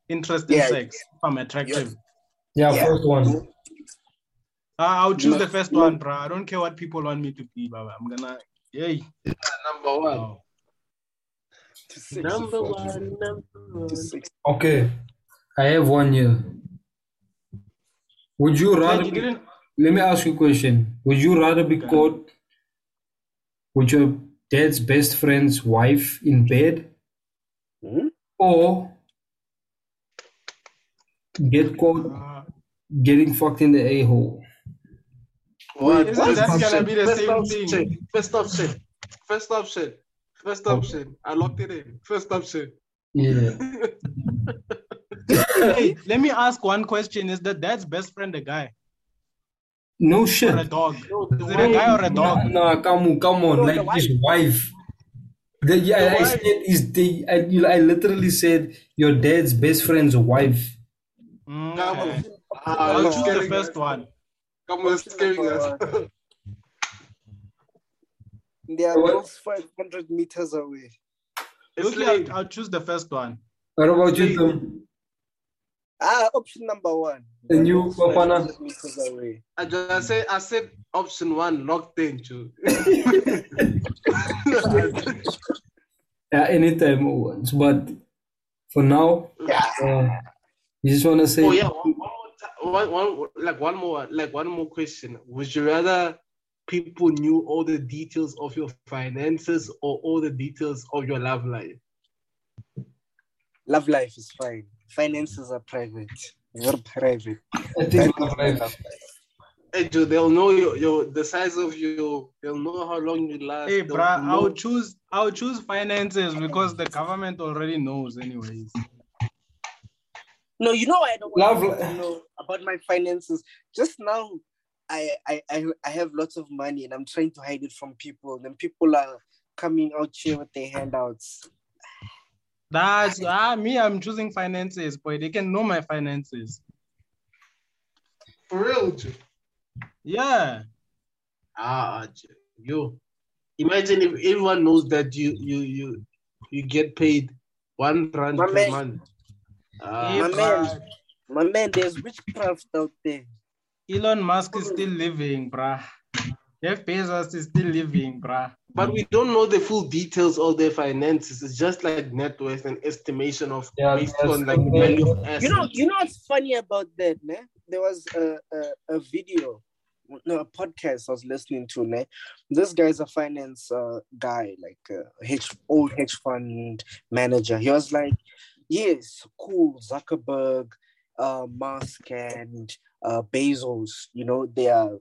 interest in Yeah. sex if I'm attractive. yeah, Yeah. first one. I- I'll choose No. the first one, bro. I don't care what people want me to be, bro. I'm gonna oh, yay. number Um, one. Wow. To six Number before- one, number to one. six. Okay, I have one here. Would you rather? Like, you be- didn't let me ask you a question. Would you rather be Okay. caught with your dad's best friend's wife in bed, Hmm? or get caught uh, getting fucked in the a hole? What? Isn't First that option. gonna be the First same option. thing? First option. First option. First option. I locked it in. First option. Yeah. hey, let me ask one question. Is the dad's best friend a guy No or a shit. dog? Is it a guy or a No, dog? no, come on, come on. No, like the wife. his wife. The, yeah, The I wife. said is the I, you- I literally said your dad's best friend's wife. Mm, Come okay. on. Ah, I'll you're choose the scaring first us. one. Come on, you're scaring us. They are What? those 500 meters away. It's Look, late. I'll, I'll choose the first one. What about you, Tom? Ah, option number one. And you, Papana? Five meters away. I just said I said option one locked in, too. Yeah, anytime once, but for now, uh, you just wanna say Oh yeah, one, one, more ti- one, one like one more like one more question. Would you rather people knew all the details of your finances or all the details of your love life? Love life is fine. Finances are private. We're private. I think love life. Hey, Joe, they'll know your, your the size of you. They'll know how long you last. Hey, they'll bro, know- I'll choose I'll choose finances because the government already knows, anyways. No, you know I don't want Love people li- to know about my finances. Just now, I, I I I have lots of money and I'm trying to hide it from people. Then people are coming out here with their handouts. That's ah, me. I'm choosing finances, boy. They can know my finances. for real, Joe. Yeah. Ah, Joe, you. Imagine if everyone knows that you you you you get paid one rand My per man. month. Ah, Yeah, My man, my man, there's witchcraft out there. Elon Musk is still living, bruh. Jeff Bezos is still living, bruh. But Mm. we don't know the full details of their finances. It's just like net worth and estimation of Yeah, based that's on like the- value of assets. You know, you know what's funny about that, man? There was a, a, a video, no, a podcast I was listening to, man. This guy's a finance uh, guy, like uh, hedge, old hedge fund manager. He was like, yes, cool, Zuckerberg, uh, Musk, and uh, Bezos, you know, they are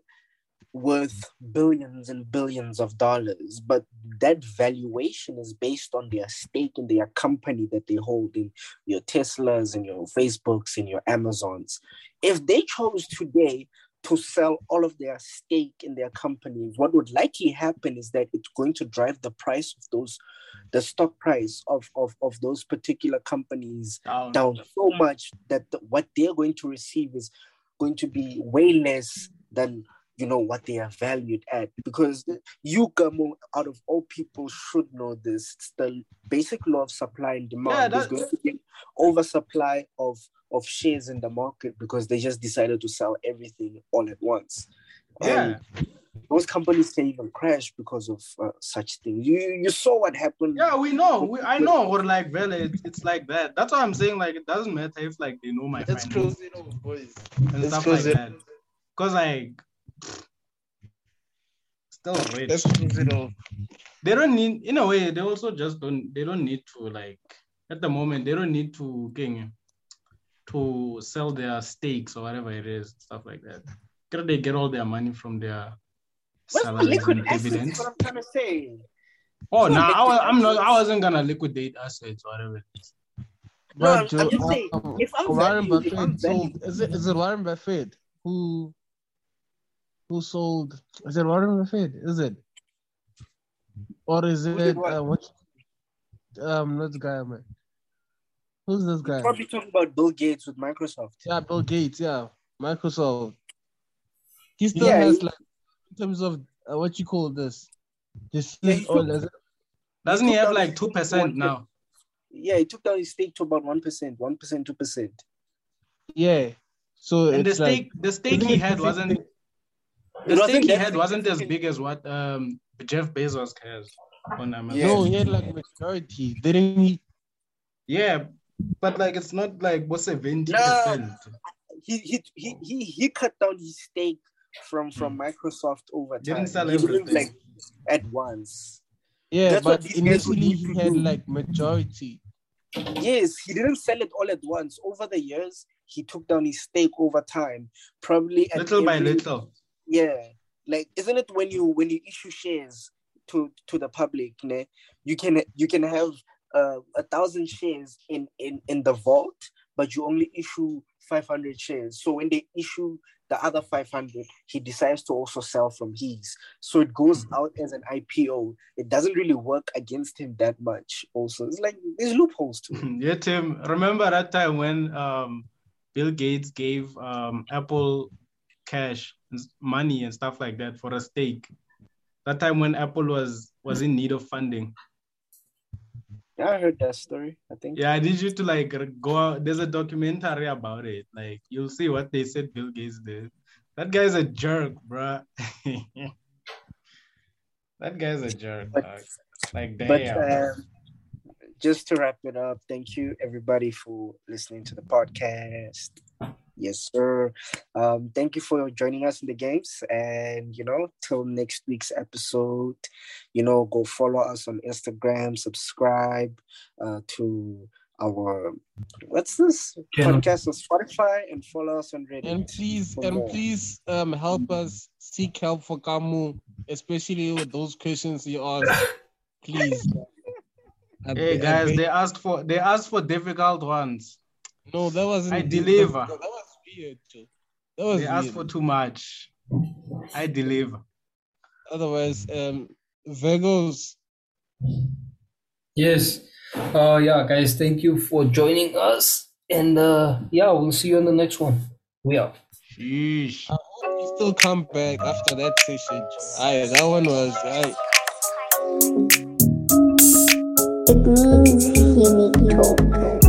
worth billions and billions of dollars, but that valuation is based on their stake in their company that they hold in your Teslas and your Facebooks and your Amazons. If they chose today to sell all of their stake in their company, what would likely happen is that it's going to drive the price of those, the stock price of, of, of those particular companies Down. down so much that the, what they're going to receive is going to be way less than you know what they are valued at because the- you Gamo, out of all people should know this it's the basic law of supply and demand Yeah, there's that- going to be an oversupply of of shares in the market because they just decided to sell everything all at once Yeah. and those companies can even crash because of uh, such things you you saw what happened Yeah, we know. We, I know. Or like, well, it, it's like that. That's why I'm saying like it doesn't matter if like they know my Let's finances close it off, boys. and let's stuff like close it. that. Cause like, still rich. Let's close it off. they don't need in a way they also just don't they don't need to like at the moment they don't need to king to sell their stakes or whatever it is stuff like that Can they get all their money from their What's the salaries liquid and assets? dividends Is what I'm trying to say. oh It's no not I was, liquid i'm not i assets. wasn't gonna liquidate assets or whatever it is. No, I'm- But, uh, I'm just saying, um, if I'm Warren valued, if Buffett I'm sold. valued- Is it, is it Warren Buffett who who sold? Is it Warren Buffett? Is it? Or is did it what? uh, what? Um, this guy, man. Who's this guy? Probably talking about Bill Gates with Microsoft. Yeah, Bill Gates. Yeah, Microsoft. He still Yeah, has he- like in terms of uh, what you call this. This Yeah, he or took- is it? doesn't he took have down like his two stake to percent 1%. now Yeah, he took down his stake to about 1%, 1%, 2%. Yeah. So and the it's like stake the stake he had wasn't the It wasn't stake he that had wasn't as significant. big as what um jeff bezos has on amazon Yeah. no, he had like majority. Didn't he? Yeah, but like it's not like what's seventy percent. No. He, he, he, he, he cut down his stake from, from Microsoft over time. Didn't sell He didn't, everything. like at once. Yeah, That's what but these guys would initially need he to had do. like majority. Yes, he didn't sell it all at once. Over the years, he took down his stake over time, probably at Little by every- little. Yeah, like isn't it when you when you issue shares to to the public, ne, you can you can have uh, a thousand shares in in in the vault, but you only issue five hundred shares. So when they issue the other five hundred, he decides to also sell from his. So it goes out as an IPO. It doesn't really work against him that much. Also, it's like there's loopholes to it. yeah, Tim. Remember that time when um Bill Gates gave um Apple cash, money, and stuff like that for a stake. That time when Apple was was in need of funding. Yeah, I heard that story. I think. Yeah, I need you to like go. out- There's a documentary about it. Like you'll see what they said Bill Gates did. That guy's a jerk, bruh. that guy's a jerk. But- dog. Like damn. But um, just to wrap it up, thank you everybody for listening to the podcast. Yes, sir. Um, thank you for joining us in the games. And, you know, till next week's episode, you know, go follow us on Instagram, subscribe uh, to our, what's this? Channel. Podcast on Spotify and follow us on Reddit. And please, for and more. please, um, help us seek help for Kamu, especially with those questions you asked. Please. I- Hey I guys, beg- they asked for they asked for difficult ones. no, that wasn't. I deliver. That was weird. Joe. That was They asked for weird. too much. I deliver. Otherwise, um, Virgos. Yes. Uh yeah, guys, thank you for joining us. And uh yeah, we'll see you on the next one. We out. Sheesh. I hope you still come back after that session. Joe. Aye, that one was. Aye. It means he means hope.